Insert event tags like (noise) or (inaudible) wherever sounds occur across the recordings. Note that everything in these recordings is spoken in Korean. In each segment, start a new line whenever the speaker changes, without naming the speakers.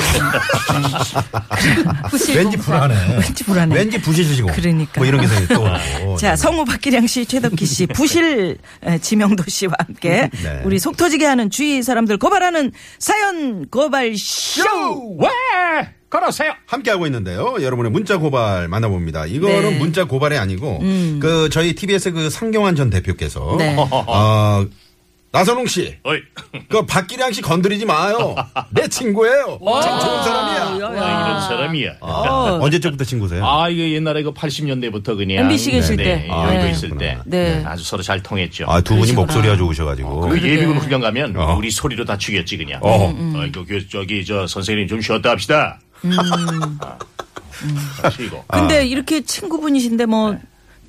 부실 뭐.
왠지 불안해.
아, 왠지 불안해.
왠지 부실지고.
그러니까.
뭐 이런 게 생겨 또. 나고. 네.
(laughs) 자, 성우 박기량 씨, 최덕기 씨, 부실 에, 지명도 씨와 함께
네.
우리 속 터지게 하는 주위 사람들 고발하는 사연 고발 쇼!
왜? 걸어세요. 함께하고 있는데요. 여러분의 문자 고발 만나봅니다. 이거는
네. 음.
문자 고발이 아니고, 그, 저희 TBS 그 상경환 전 대표께서,
네.
(laughs) 어, 나선홍 씨,
어이.
그 박기량 씨 건드리지 마요. 내 친구예요. 참 좋은 사람이야.
아, 이런 사람이야. 아,
어,
언제적부터 친구세요?
이거 옛날에 그 80년대부터 그냥
MBC 계실
네,
때.
아,
네.
이거 있을 때
네.
네, 아주 서로 잘 통했죠.
아, 두 분이
그러시구나. 아,
목소리가 좋으셔가지고.
그 예비군 훈련 가면
어.
우리 소리로 다 죽였지 그냥.
어.
어.
음,
이거 교- 저기 저 선생님 좀 쉬었다 합시다. 아,
음.
아, 쉬고.
근데 이렇게 친구분이신데 뭐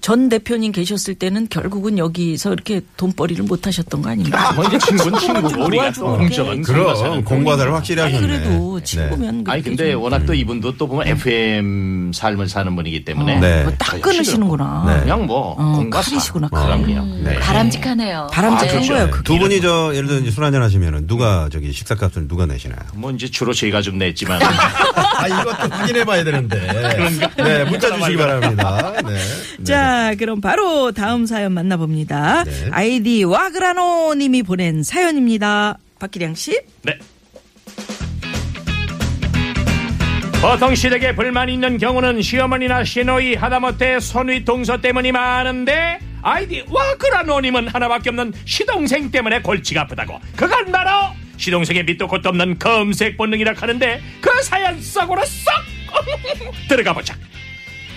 전 대표님 계셨을 때는 결국은 여기서 이렇게 돈벌이를 못 하셨던 거 아닙니까?
뭐 이제 친구는 친구 우리가 또 공적은
그럼 공과사를 확실히
아니
하셨네.
그래도
네.
친구면
아니
그렇게 음.
근데
좀-
워낙 또 이분도 또 보면 FM 삶을 사는 분이기 때문에
네.
뭐딱 끊으시는구나.
네.
그냥 뭐
어,
공과 사.
칼이시구나, 음. 칼.
그럼요.
네.
바람직하네요.
바람직한
아,
거예요.
그렇죠.
그게.
두 분이 저 예를 들어 이제 술 한잔 하시면은 누가 저기 식사값을 누가 내시나요?
뭐 이제 주로 제가 좀 냈지만
아 이것도 확인해 봐야 되는데. 네 문자 주시기 바랍니다. 네.
자, 그럼 바로 다음 사연 만나봅니다.
네.
아이디 와그라노 님이 보낸 사연입니다. 박기량 씨.
네. 보통 시댁에 불만이 있는 경우는 시어머니나 시노이 하다못해 손위 동서 때문이 많은데 아이디 와그라노님은 하나밖에 없는 시동생 때문에 골치가 아프다고 그건 바로 시동생의 밑도 끝도 없는 검색 본능이라 하는데 그 사연 속으로 쏙 (laughs) 들어가 보자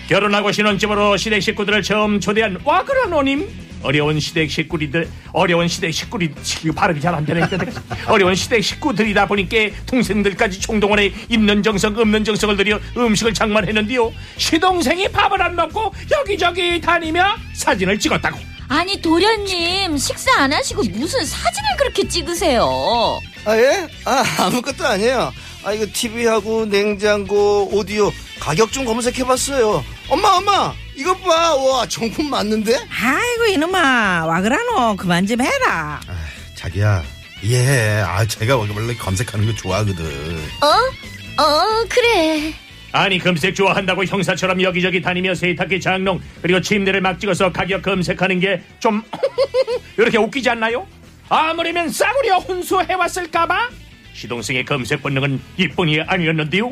결혼하고 신혼집으로 시댁 식구들을 처음 초대한 와그라노님 어려운 시댁 식구리들 어려운 시댁 식구리 지금 발음이 잘 안 되네 그러니까 어려운 시댁 식구들이다 보니까 동생들까지 총동원해 있는 정성 없는 정성을 들여 음식을 장만했는데요 시동생이 밥을 안 먹고 여기저기 다니며 사진을 찍었다고
아니 도련님 식사 안 하시고 무슨 사진을 그렇게 찍으세요?
아 예? 아 아무것도 아니에요. 아 이거 TV하고 냉장고 오디오 가격 좀 검색해봤어요. 엄마 엄마 이거 봐. 와 정품 맞는데?
아이고 이놈아. 와그라노 그만 좀 해라.
아, 자기야 이해해. 아 제가 원래 검색하는 거 좋아하거든.
어? 어 그래
아니 검색 좋아한다고 형사처럼 여기저기 다니며 세탁기 장롱 그리고 침대를 막 찍어서 가격 검색하는 게 좀 (laughs) 이렇게 웃기지 않나요? 아무리면 싸구려 혼수해왔을까봐 시동생의 검색 본능은 이뿐이 아니었는데요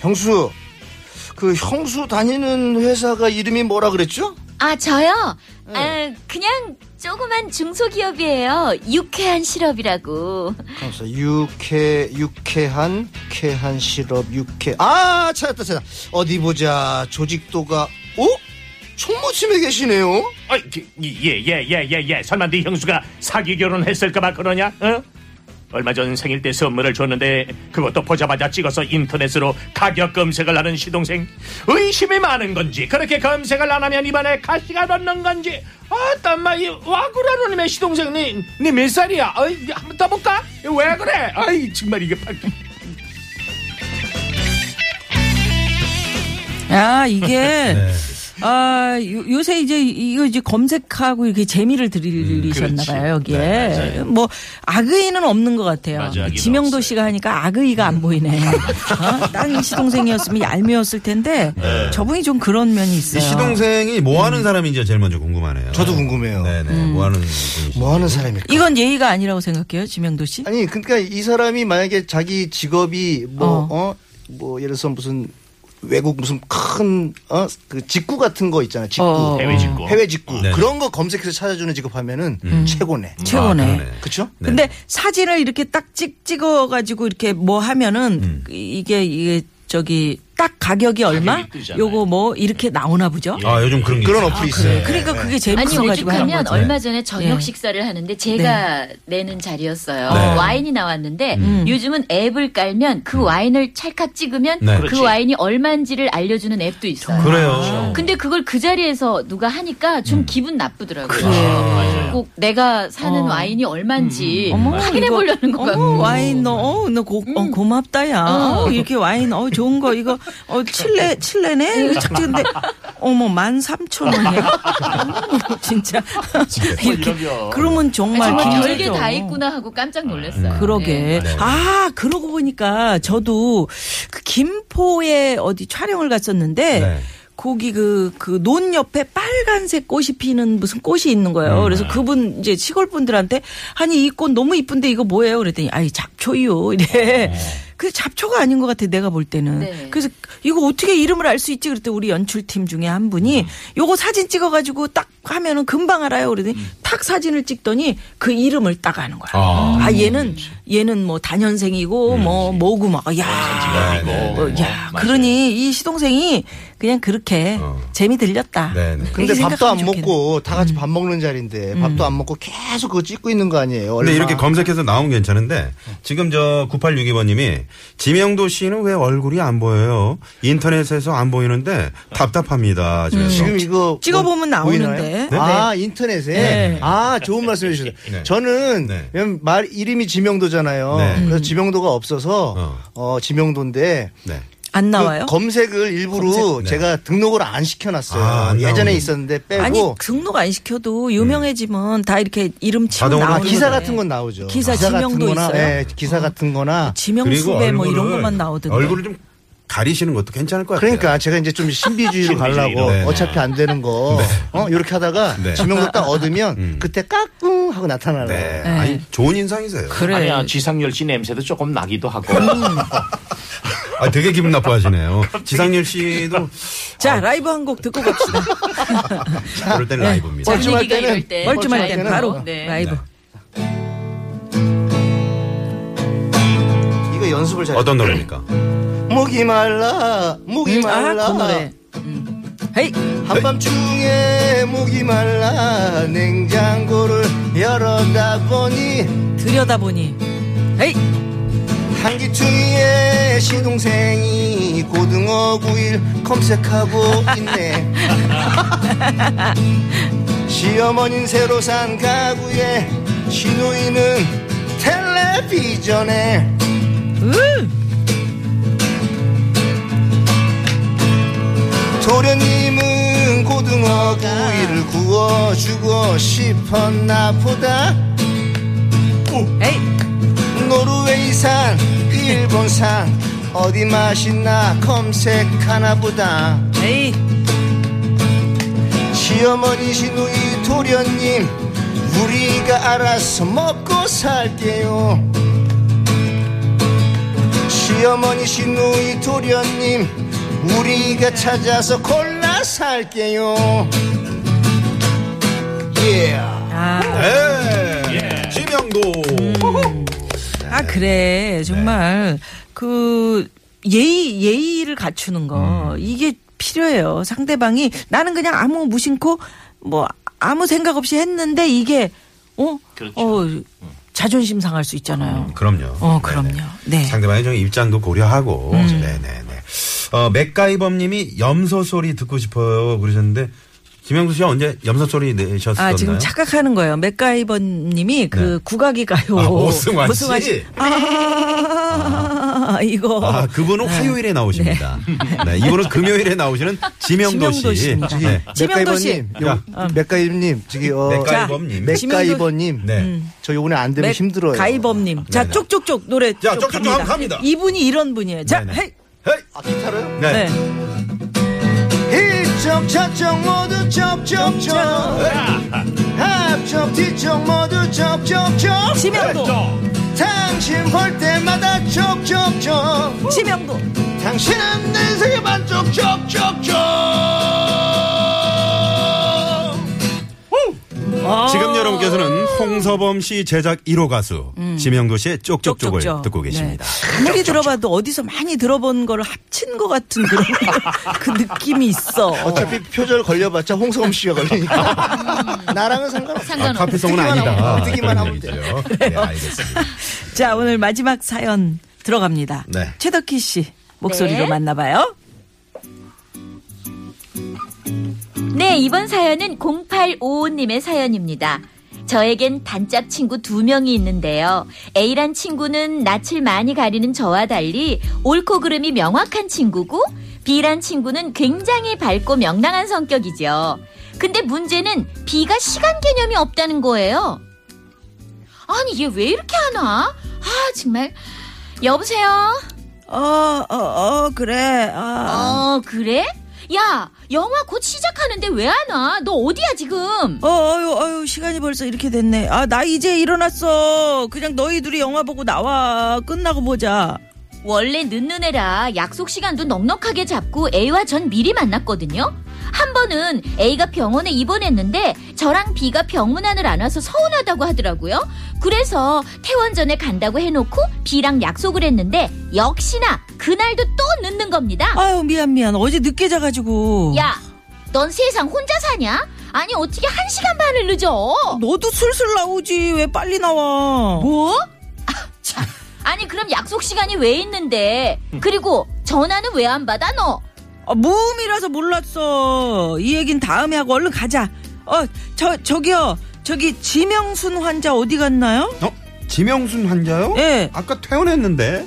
형수 그 형수 다니는 회사가 이름이 뭐라 그랬죠?
아 저요? 아, 그냥 조그만 중소기업이에요 유쾌한 실업이라고
그래서 유쾌 유쾌한 쾌한 시럽 유쾌 아 찾았다 찾았다 어디 보자 조직도가 오 총무팀에 계시네요
예예예예예 설마 네 형수가 사기 결혼했을까봐 그러냐? 어? 얼마 전 생일 때 선물을 줬는데 그것도 보자마자 찍어서 인터넷으로 가격 검색을 하는 시동생 의심이 많은 건지 그렇게 검색을 안 하면 입안에 가시가 돋는 건지 아따마 이 와구라노님의 시동생 니몇 살이야? 어이 한번 떠볼까? 왜 그래? 아이 정말 이게 팍
아, 이게 아, 요, 새 이제 이거 이제 검색하고 이렇게 재미를 들이셨나 봐요, 여기에. 뭐 악의는 없는 것 같아요.
맞아, 악의는
지명도
없어요.
씨가 하니까 악의가 안 보이네. 어? 딴 시동생이었으면 얄미웠을 텐데 저분이 좀 그런 면이
이
있어요.
시동생이 뭐 하는 사람인지 제일 먼저 궁금하네요.
저도 궁금해요.
네네 뭐 하는 분이신지.
뭐 하는 사람일까
이건 예의가 아니라고 생각해요, 지명도 씨?
아니 그러니까 이 사람이 만약에 자기 직업이 뭐 어
어.
뭐 예를 들어서 무슨 외국 무슨 큰 어? 그 직구 같은 거 있잖아요. 직구.
어,
해외 직구.
해외 직구.
네.
그런 거 검색해서 찾아주는 직업하면은 최고네.
최고네.
그러네.
그쵸?
네.
근데 사진을 이렇게 딱 찍, 찍어가지고 이렇게 뭐 하면은 그 이게, 이게 저기 딱 가격이 얼마?
뜨잖아요.
요거 예. 뭐 이렇게 나오나 보죠?
아 요즘 그런 게
그런
있어요.
어플이 있어요.
그러니까 그게
아니
재밌어가지고 하는
오죽하면
거죠.
얼마 전에 저녁
네.
식사를 하는데 제가 내는 자리였어요.
네.
와인이 나왔는데
음.
요즘은 앱을 깔면 그 와인을 찰칵 찍으면
네.
그
그렇지.
와인이 얼마인지를 알려주는 앱도 있어요.
그래요.
근데 그걸 그 자리에서 누가 하니까
음.
좀 기분 나쁘더라고요. 아.
아. 어.
꼭 내가 사는 와인이 얼마인지 확인해
이거, 음,
보려는 것 음.
어머,
같고.
와인 너, 어, 너 고, 어, 고맙다야. 어, 이렇게 와인, 어, 좋은 거, 이거, 어, 칠레, 칠레네? 이거 착 찍는데, 어머, 만 삼천 원이야. (laughs) 어머, 진짜. 이렇게. 그러면 정말
정말
기절이죠. 음.
별게 다 있구나 하고 깜짝 놀랐어요. 네.
그러게. 아, 그러고 보니까 저도 그 김포에 어디 촬영을 갔었는데
네.
거기 그, 그 논 옆에 빨간색 꽃이 피는 무슨 꽃이 있는 거예요. 그래서 그분 이제 시골 분들한테 아니 이 꽃 너무 이쁜데 이거 뭐예요? 그랬더니 아이 잡초요. (laughs) 이래. 그 잡초가 아닌 것 같아 내가 볼 때는.
네.
그래서 이거 어떻게 이름을 알 수 있지? 그랬더니 우리 연출팀 중에 한 분이 요거 사진 찍어가지고 딱 하면은 금방 알아요. 그러더니 탁 사진을 찍더니 그 이름을 딱 아는 거야.
아.
아 얘는 얘는 뭐 단연생이고 뭐 뭐고 막야
네, 네, 네.
야 그러니 이 시동생이 그냥 그렇게
어.
재미 들렸다.
네, 네.
그렇게
근데 밥도 안
생각하면 좋겠네. 음.
먹고 다 같이 밥 먹는 자리인데 밥도 안 먹고 계속 그거 찍고 있는 거 아니에요. 얼마.
근데 이렇게 검색해서 나오면 괜찮은데 지금 저 9862번님이 지명도 씨는 왜 얼굴이 안 보여요? 인터넷에서 안 보이는데 답답합니다. 하시면서.
음.
지금 이거
찍어보면
뭐 보이나요?
나오는데. 네.
아 인터넷에 아 좋은 말씀해 주셨어요.
네.
저는
네.
왜냐면 말 이름이 지명도잖아요.
네.
그래서 지명도가 없어서
어.
어, 지명도인데
네.
안
그
나와요?
검색을 일부러
네.
제가 등록을 안 시켜놨어요.
아, 안
예전에
나오네.
있었는데 빼고
아니 그 등록 안 시켜도 유명해지면 다 이렇게 이름 치고
자동으로
아,
나오는
기사
거네.
같은 건 나오죠.
기사 지명도
같은 거나,
있어요?
예, 기사 같은 거나
지명 수배 뭐 이런
얼굴을-
것만 나오던데.
얼굴을 좀 가리시는 것도 괜찮을 것 같아요.
그러니까 제가 이제 좀 신비주의로
신비주의로.
가려고
네.
어차피 안 되는 거 어? 이렇게 하다가
네.
지명도 딱 얻으면 그때 까꿍 하고 나타나려고.
네. 아니 좋은 인상이세요.
그래. 음.
아니야 지상열 씨 냄새도 조금 나기도 하고
아 되게 기분
(laughs)
나빠하시네요. 지상렬 씨도
자 라이브 한 곡 듣고 갑시다.
그럴 때는 라이브입니다.
자,
분위기가
때는-
이럴 때
멀쩡할 때는 바로
네.
네. 라이브. 아,
어, 이거 연습을 잘.
네. 어떤 노래입니까?
음.
목이 말라 목이 말라
네. 아그 노래. 음. 헤이
한밤중에 목이 말라 냉장고를 열어다 보니
들여다보니 헤이
한기퉁이의 시동생이 고등어 구이를 검색하고 있네 시어머니는 새로 산 가구에 시누이는 텔레비전에
으.
도련님은 고등어 구이를 구워주고 싶었나 보다
에이
노르웨이산 일본산 어디 맛있나 검색하나 보다
에이
시어머니 시누이 도련님 우리가 알아서 먹고 살게요 시어머니 시누이 도련님 우리가 찾아서 골라 살게요 예
아,
예. 지명도. 네.
아 그래 정말 그 예의 예의를 갖추는
음.
거 이게 필요해요 상대방이 나는 그냥 아무 무심코 뭐 아무 생각 없이 했는데 이게 어,
그렇죠.
어
음.
자존심 상할 수 있잖아요
그럼요.
어 그럼요 네
상대방의 좀 입장도 고려하고. 네네네. 어, 맥가이범님이 염소 소리 듣고 싶어요 그러셨는데 김영수 씨가 언제 염소 소리 내셨었나요?
아, 지금 착각하는 거예요. 맥가이버 님이 그 국악이 가요.
아, 오승환 씨? 네.
오승환 아, 이거.
아, 그분은 화요일에 나오십니다. 네, 이분은 금요일에 나오시는 지명도
지명도
씨.
씨입니다.
네.
지명도 씨.
어. 맥가이버님, 요- 맥가이버님, 저기 어,
자,
맥가이범님.
맥가이버님,
네.
저 요번에 안 되면 힘들어요.
가이범님. 자,
네네.
쪽쪽쪽 노래.
자,
쭉
쪽쪽쪽
갑니다.
갑니다.
이분이 이런 분이에요. 자,
네네.
헤이.
헤이!
아 기타로요?
네.
네.
이쪽 저쪽 모두 접접접 앞쪽 뒤쪽 모두 접접접
네. 지명도.
당신 볼 때마다 촉촉촉
지명도
당신은 내 세계 반쪽 촉촉촉
지금 여러분께서는 홍서범 씨 제작 1호 가수 지명도 씨의 쪽쪽쪽을
쪽쪽쪽.
듣고 계십니다.
네. 아무리 들어봐도 어디서 많이 들어본 거를 합친 것 같은 그런 (laughs) 그 느낌이 있어.
어차피 표절 걸려봤자 홍성음 씨가 걸리니까 나랑은 상관없어
아,
상관없어.
카피성은
듣기만 하면
아니다.
돼, 듣기만
그런
하면
얘기죠. 네, 알겠습니다.
자 오늘 마지막 사연 들어갑니다.
네.
최덕희 씨 목소리로
네.
만나봐요.
네, 이번 사연은 0855님의 사연입니다. 저에겐 단짝 친구 두 명이 있는데요. A란 친구는 낯을 많이 가리는 저와 달리 옳고 그름이 명확한 친구고 B란 친구는 굉장히 밝고 명랑한 성격이죠. 근데 문제는 B가 시간 개념이 없다는 거예요. 아니, 얘 왜 이렇게 하나? 아, 정말. 여보세요?
어어어 그래. 아.
어, 그래? 야, 영화 곧 시작하는데 왜 안 와? 너 어디야, 지금?
어, 어유, 어유, 시간이 벌써 이렇게 됐네. 아, 나 이제 일어났어. 그냥 너희 둘이 영화 보고 나와. 끝나고 보자.
원래 늦는 애라 약속 시간도 넉넉하게 잡고 A와 전 미리 만났거든요. 한 번은 A가 병원에 입원했는데 저랑 B가 병문안을 안 와서 서운하다고 하더라고요. 그래서 퇴원전에 간다고 해놓고 B랑 약속을 했는데 역시나 그날도 또 늦는 겁니다.
아유, 미안, 미안. 어제 늦게 자가지고.
야, 넌 세상 혼자 사냐? 아니 어떻게 한 시간 반을 늦어?
너도 슬슬 나오지. 왜 빨리 나와?
뭐? 아, 참. 아니 그럼 약속 시간이 왜 있는데? 그리고 전화는 왜 안 받아 너?
아, 모음이라서 몰랐어. 이 얘긴 다음에 하고 얼른 가자. 어, 저, 저기요. 저기 지명순 환자 어디 갔나요?
어? 지명순 환자요?
예.
아까 퇴원했는데.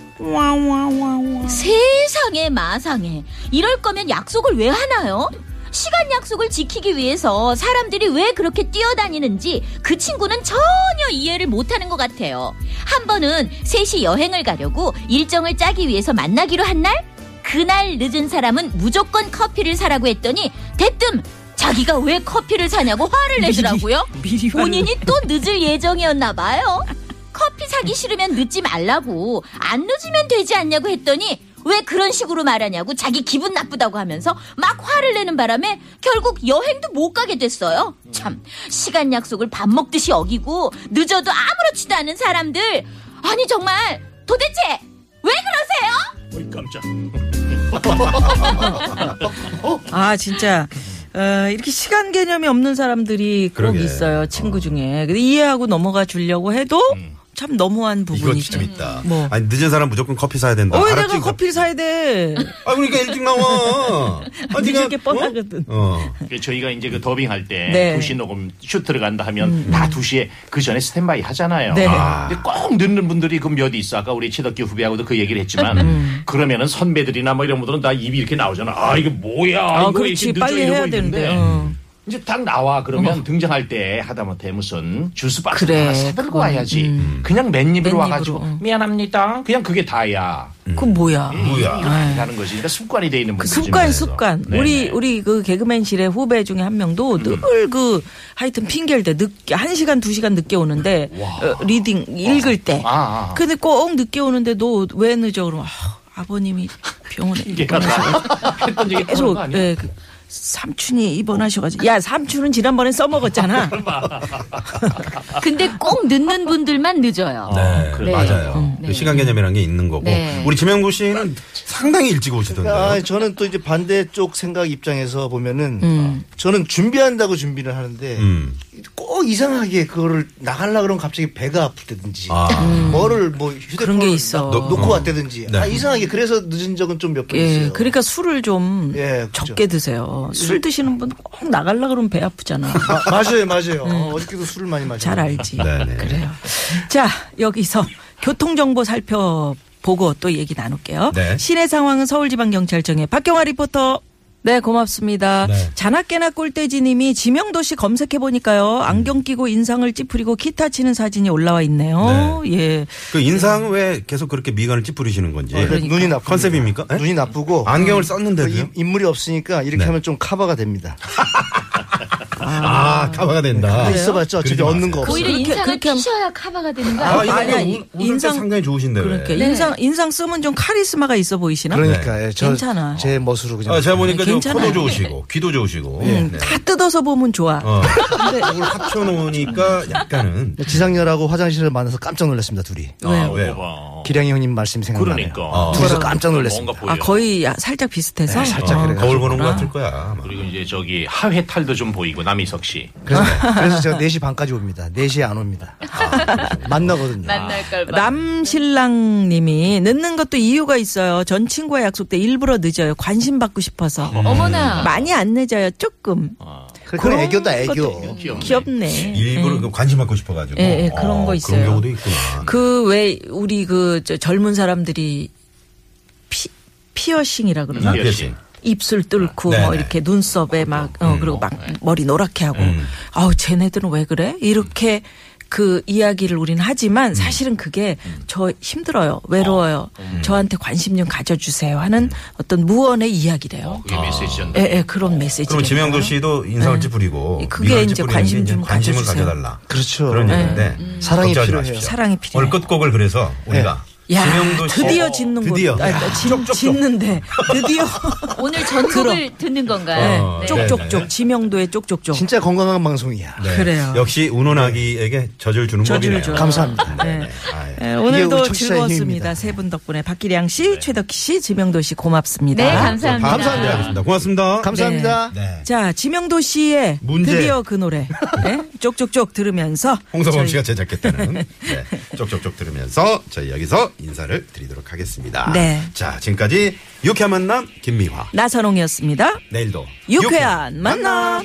와와와와.
세상에 마상에 이럴 거면 약속을 왜 하나요? 시간 약속을 지키기 위해서 사람들이 왜 그렇게 뛰어다니는지 그 친구는 전혀 이해를 못하는 것 같아요. 한 번은 셋이 여행을 가려고 일정을 짜기 위해서 만나기로 한 날, 그날 늦은 사람은 무조건 커피를 사라고 했더니 대뜸 자기가 왜 커피를 사냐고 화를 내더라고요.
미리 화를
본인이 또 늦을 예정이었나 봐요. 커피 사기 싫으면 늦지 말라고 안 늦으면 되지 않냐고 했더니 왜 그런 식으로 말하냐고 자기 기분 나쁘다고 하면서 막 화를 내는 바람에 결국 여행도 못 가게 됐어요. 참 시간 약속을 밥 먹듯이 어기고 늦어도 아무렇지도 않은 사람들 아니 정말 도대체 왜 그러세요?
어이 깜짝.
아, 진짜. 어, 이렇게 시간 개념이 없는 사람들이 꼭
그러게.
있어요. 친구 중에. 근데 이해하고 넘어가 주려고 해도 참 너무한
음. 이거
부분이죠.
진짜 있다. 뭐
뭐.
아니 늦은 사람 무조건 커피 사야 된다.
어, 왜
알았지,
내가
이거?
커피를 사야 돼?
아 그러니까 일찍
(laughs)
나와. 아,
늦을 게
네가-
뻔하거든.
어? 어.
그 저희가 이제 그 더빙 할때
네. 음.
2시 녹음 슈트 들어간다 하면 다 2시에 그 전에 스탠바이 하잖아요.
네.
근데 꼭 늦는 분들이 그 몇 있어. 아까 우리 최덕기 후배하고도 그 얘기를 했지만
음.
그러면은 선배들이나 뭐 이런 분들은 다 입이 이렇게 나오잖아. 아, 이게 뭐야.
아,
이거
그렇지.
이렇게 늦어
빨리
이러고
해야
있는데 네.
되는데. 어.
이제 딱 나와 그러면 등장할 때 하다못해 무슨 주스 박스
그래,
하나 사들고
그건, 음.
와야지. 그냥 맨입으로
맨입으로, 어.
와가지고
응.
미안합니다. 그냥 그게 다야.
그건 뭐야?
뭐야.
아이.
이렇게 하는 거지. 그러니까 습관이 돼 있는 네.
그
분들
습관 습관 우리 우리 그 개그맨실의 후배 중에 한 명도
음.
늘 그 하여튼 핑계를 대 늦게 한 시간 두 시간 늦게 오는데 어, 리딩 읽을 때
아, 아, 아.
근데 꼭 늦게 오는데 너 왜 늦어 그러면 아, 버님이 병원에
핑계가 다 했던 적이 그런
계속
거 아니야?
예, 그 삼촌이 입원하셔가지고 야 삼촌은 지난번에
(laughs)
써먹었잖아
근데 꼭 늦는 분들만 늦어요.
네,
그래.
맞아요.
음,
네.
그 시간 개념이라는 게 있는 거고
네.
우리 지명도 씨는 상당히 일찍
아,
오시던데요.
저는 또 이제 반대쪽 생각 입장에서 보면은 저는 준비한다고 준비를 하는데
음.
꼭 이상하게 그거를 나가려 그러면 갑자기 배가 아프다든지
아.
뭐를 뭐 휴대폰을
그런 게 있어.
놓- 놓고 왔다든지
네.
아, 이상하게 그래서 늦은 적은 좀 몇 번
예
있어요.
그러니까 술을 좀
예, 그렇죠.
적게 드세요 술 드시는 분 꼭 나갈라 그러면 배 아프잖아
마- 맞아요, 맞아요. 어, 어저께도 술을 많이 마셨
음. 잘 알지
네, 네.
그래요. 자, 여기서 교통정보 살펴보고 또 얘기 나눌게요.
네.
시내 상황은 서울지방경찰청의 박경화 리포터. 네, 고맙습니다.
네.
자나깨나 꼴대지님이 지명도 씨 검색해보니까요. 안경 끼고 인상을 찌푸리고 기타 치는 사진이 올라와 있네요. 예.
그 인상 왜 계속 그렇게 미간을 찌푸리시는 건지.
아, 그러니까.
눈이 나쁘
컨셉입니까? 예?
눈이 나쁘고
안경을
예. 그
썼는데도요.
인- 인물이 없으니까 이렇게
네.
하면 좀 커버가 됩니다.
아, 카바가 된다.
있어봤자 어차피
그러지
얻는 거 없어.
오히려
그렇게-
인상을
그렇게 하면-
피셔야 카바가 되는 거
아,
아니에요?
아니,
이거
아니,
인 인상
인상-
상당히 좋으신데. 왜.
그러니까 인상 인상 쓰면 좀 카리스마가 있어 보이시나?
그러니까 예, 저
괜찮아.
제 멋으로 그냥.
아, 제가 보니까 저
네, 괜찮아요.
코도 좋으시고 귀도 좋으시고.
음,
네.
다 뜯어서 보면 좋아.
어. 이걸 합쳐 놓으니까 약간은
지상렬하고 화장실을 만나서 깜짝 놀랐습니다 둘이.
어,
왜요?
아, 왜요?
봐봐.
기량이 형님 말씀 생각나네요.
그러니까.
어. 둘이서
뭐라고-
깜짝 놀랐습니다.
뭔가
아
보여.
거의 야- 살짝 비슷해서.
네, 살짝
어,
그래요.
거울 보는 것 같을 거야. 아마.
그리고 이제 저기 하회 탈도 좀 보이고 남희석 씨.
그래서, 그래서 제가 4시 반까지 옵니다. 4시에 안 옵니다. 아, 만나거든요.
만날 걸 봐.
남신랑님이 늦는 것도 이유가 있어요. 전 친구와 약속 때 일부러 늦어요. 관심 받고 싶어서.
어머나.
많이 안 늦어요. 조금
그- 그건
그런
애교다 애교.
것도
귀엽네.
귀엽네.
일부러 그 관심 받고 싶어 가지고.
예, 예, 그런 거 있어요.
그런 경우도 있구나.
그 왜 우리 그 저 젊은 사람들이 피, 피어싱이라 그러나
예.
아, 피어싱.
입술 뚫고
네, 음.
뭐
네.
이렇게 눈썹에 막 어, 그리고 막 머리 노랗게 하고
음.
아우 쟤네들은 왜 그래? 이렇게 그 이야기를 우리는 하지만
음.
사실은 그게 저 힘들어요. 외로워요.
음.
저한테 관심 좀 가져 주세요 하는 어떤 무언의 이야기래요.
그게 메시지였나?
예, 예, 그런 메시지.
어, 그럼 지명도 씨도 인상을 찌푸리고
예. 그게
미간을
이제
찌푸리는
관심
게 이제
좀
관심을
가져주세요. 음.
가져달라.
그렇죠.
그런
네.
얘기인데
사랑이
걱정하지
필요해요.
마십시오.
사랑이
오늘
필요해요.
끝곡을 그래서 우리가
예. 야,
지명도 씨
드디어 짓는 거.
드디어.
아,
야,
아, 짓-
쪽쪽쪽.
짓는데 드디어 예,
오늘 전곡을 듣는 건가요?
어, 네.
쪽쪽쪽 지명도의 쪽쪽쪽.
진짜 건강한 방송이야.
네.
그래요.
역시 운운하기에게 젖을 주는
젖을
법이네요.
줘요.
감사합니다.
네.
아, 예.
네,
이게
오늘도
우리 청취자의
즐거웠습니다.
힘입니다.
세 분 덕분에 박기량 씨, 최덕희 씨, 지명도 씨 고맙습니다.
네, 감사합니다.
네, 알겠습니다. 고맙습니다.
감사합니다.
네.
자, 지명도 씨의
문제.
드디어 그 노래 네? 쪽쪽쪽 들으면서
홍서범
저희-
씨가
(laughs)
제작했다는 네, 쪽쪽쪽 들으면서 저희 여기서 인사를 드리도록 하겠습니다.
네.
자, 지금까지 유쾌한 만남 김미화.
나선홍이었습니다.
내일도
유쾌한 만남.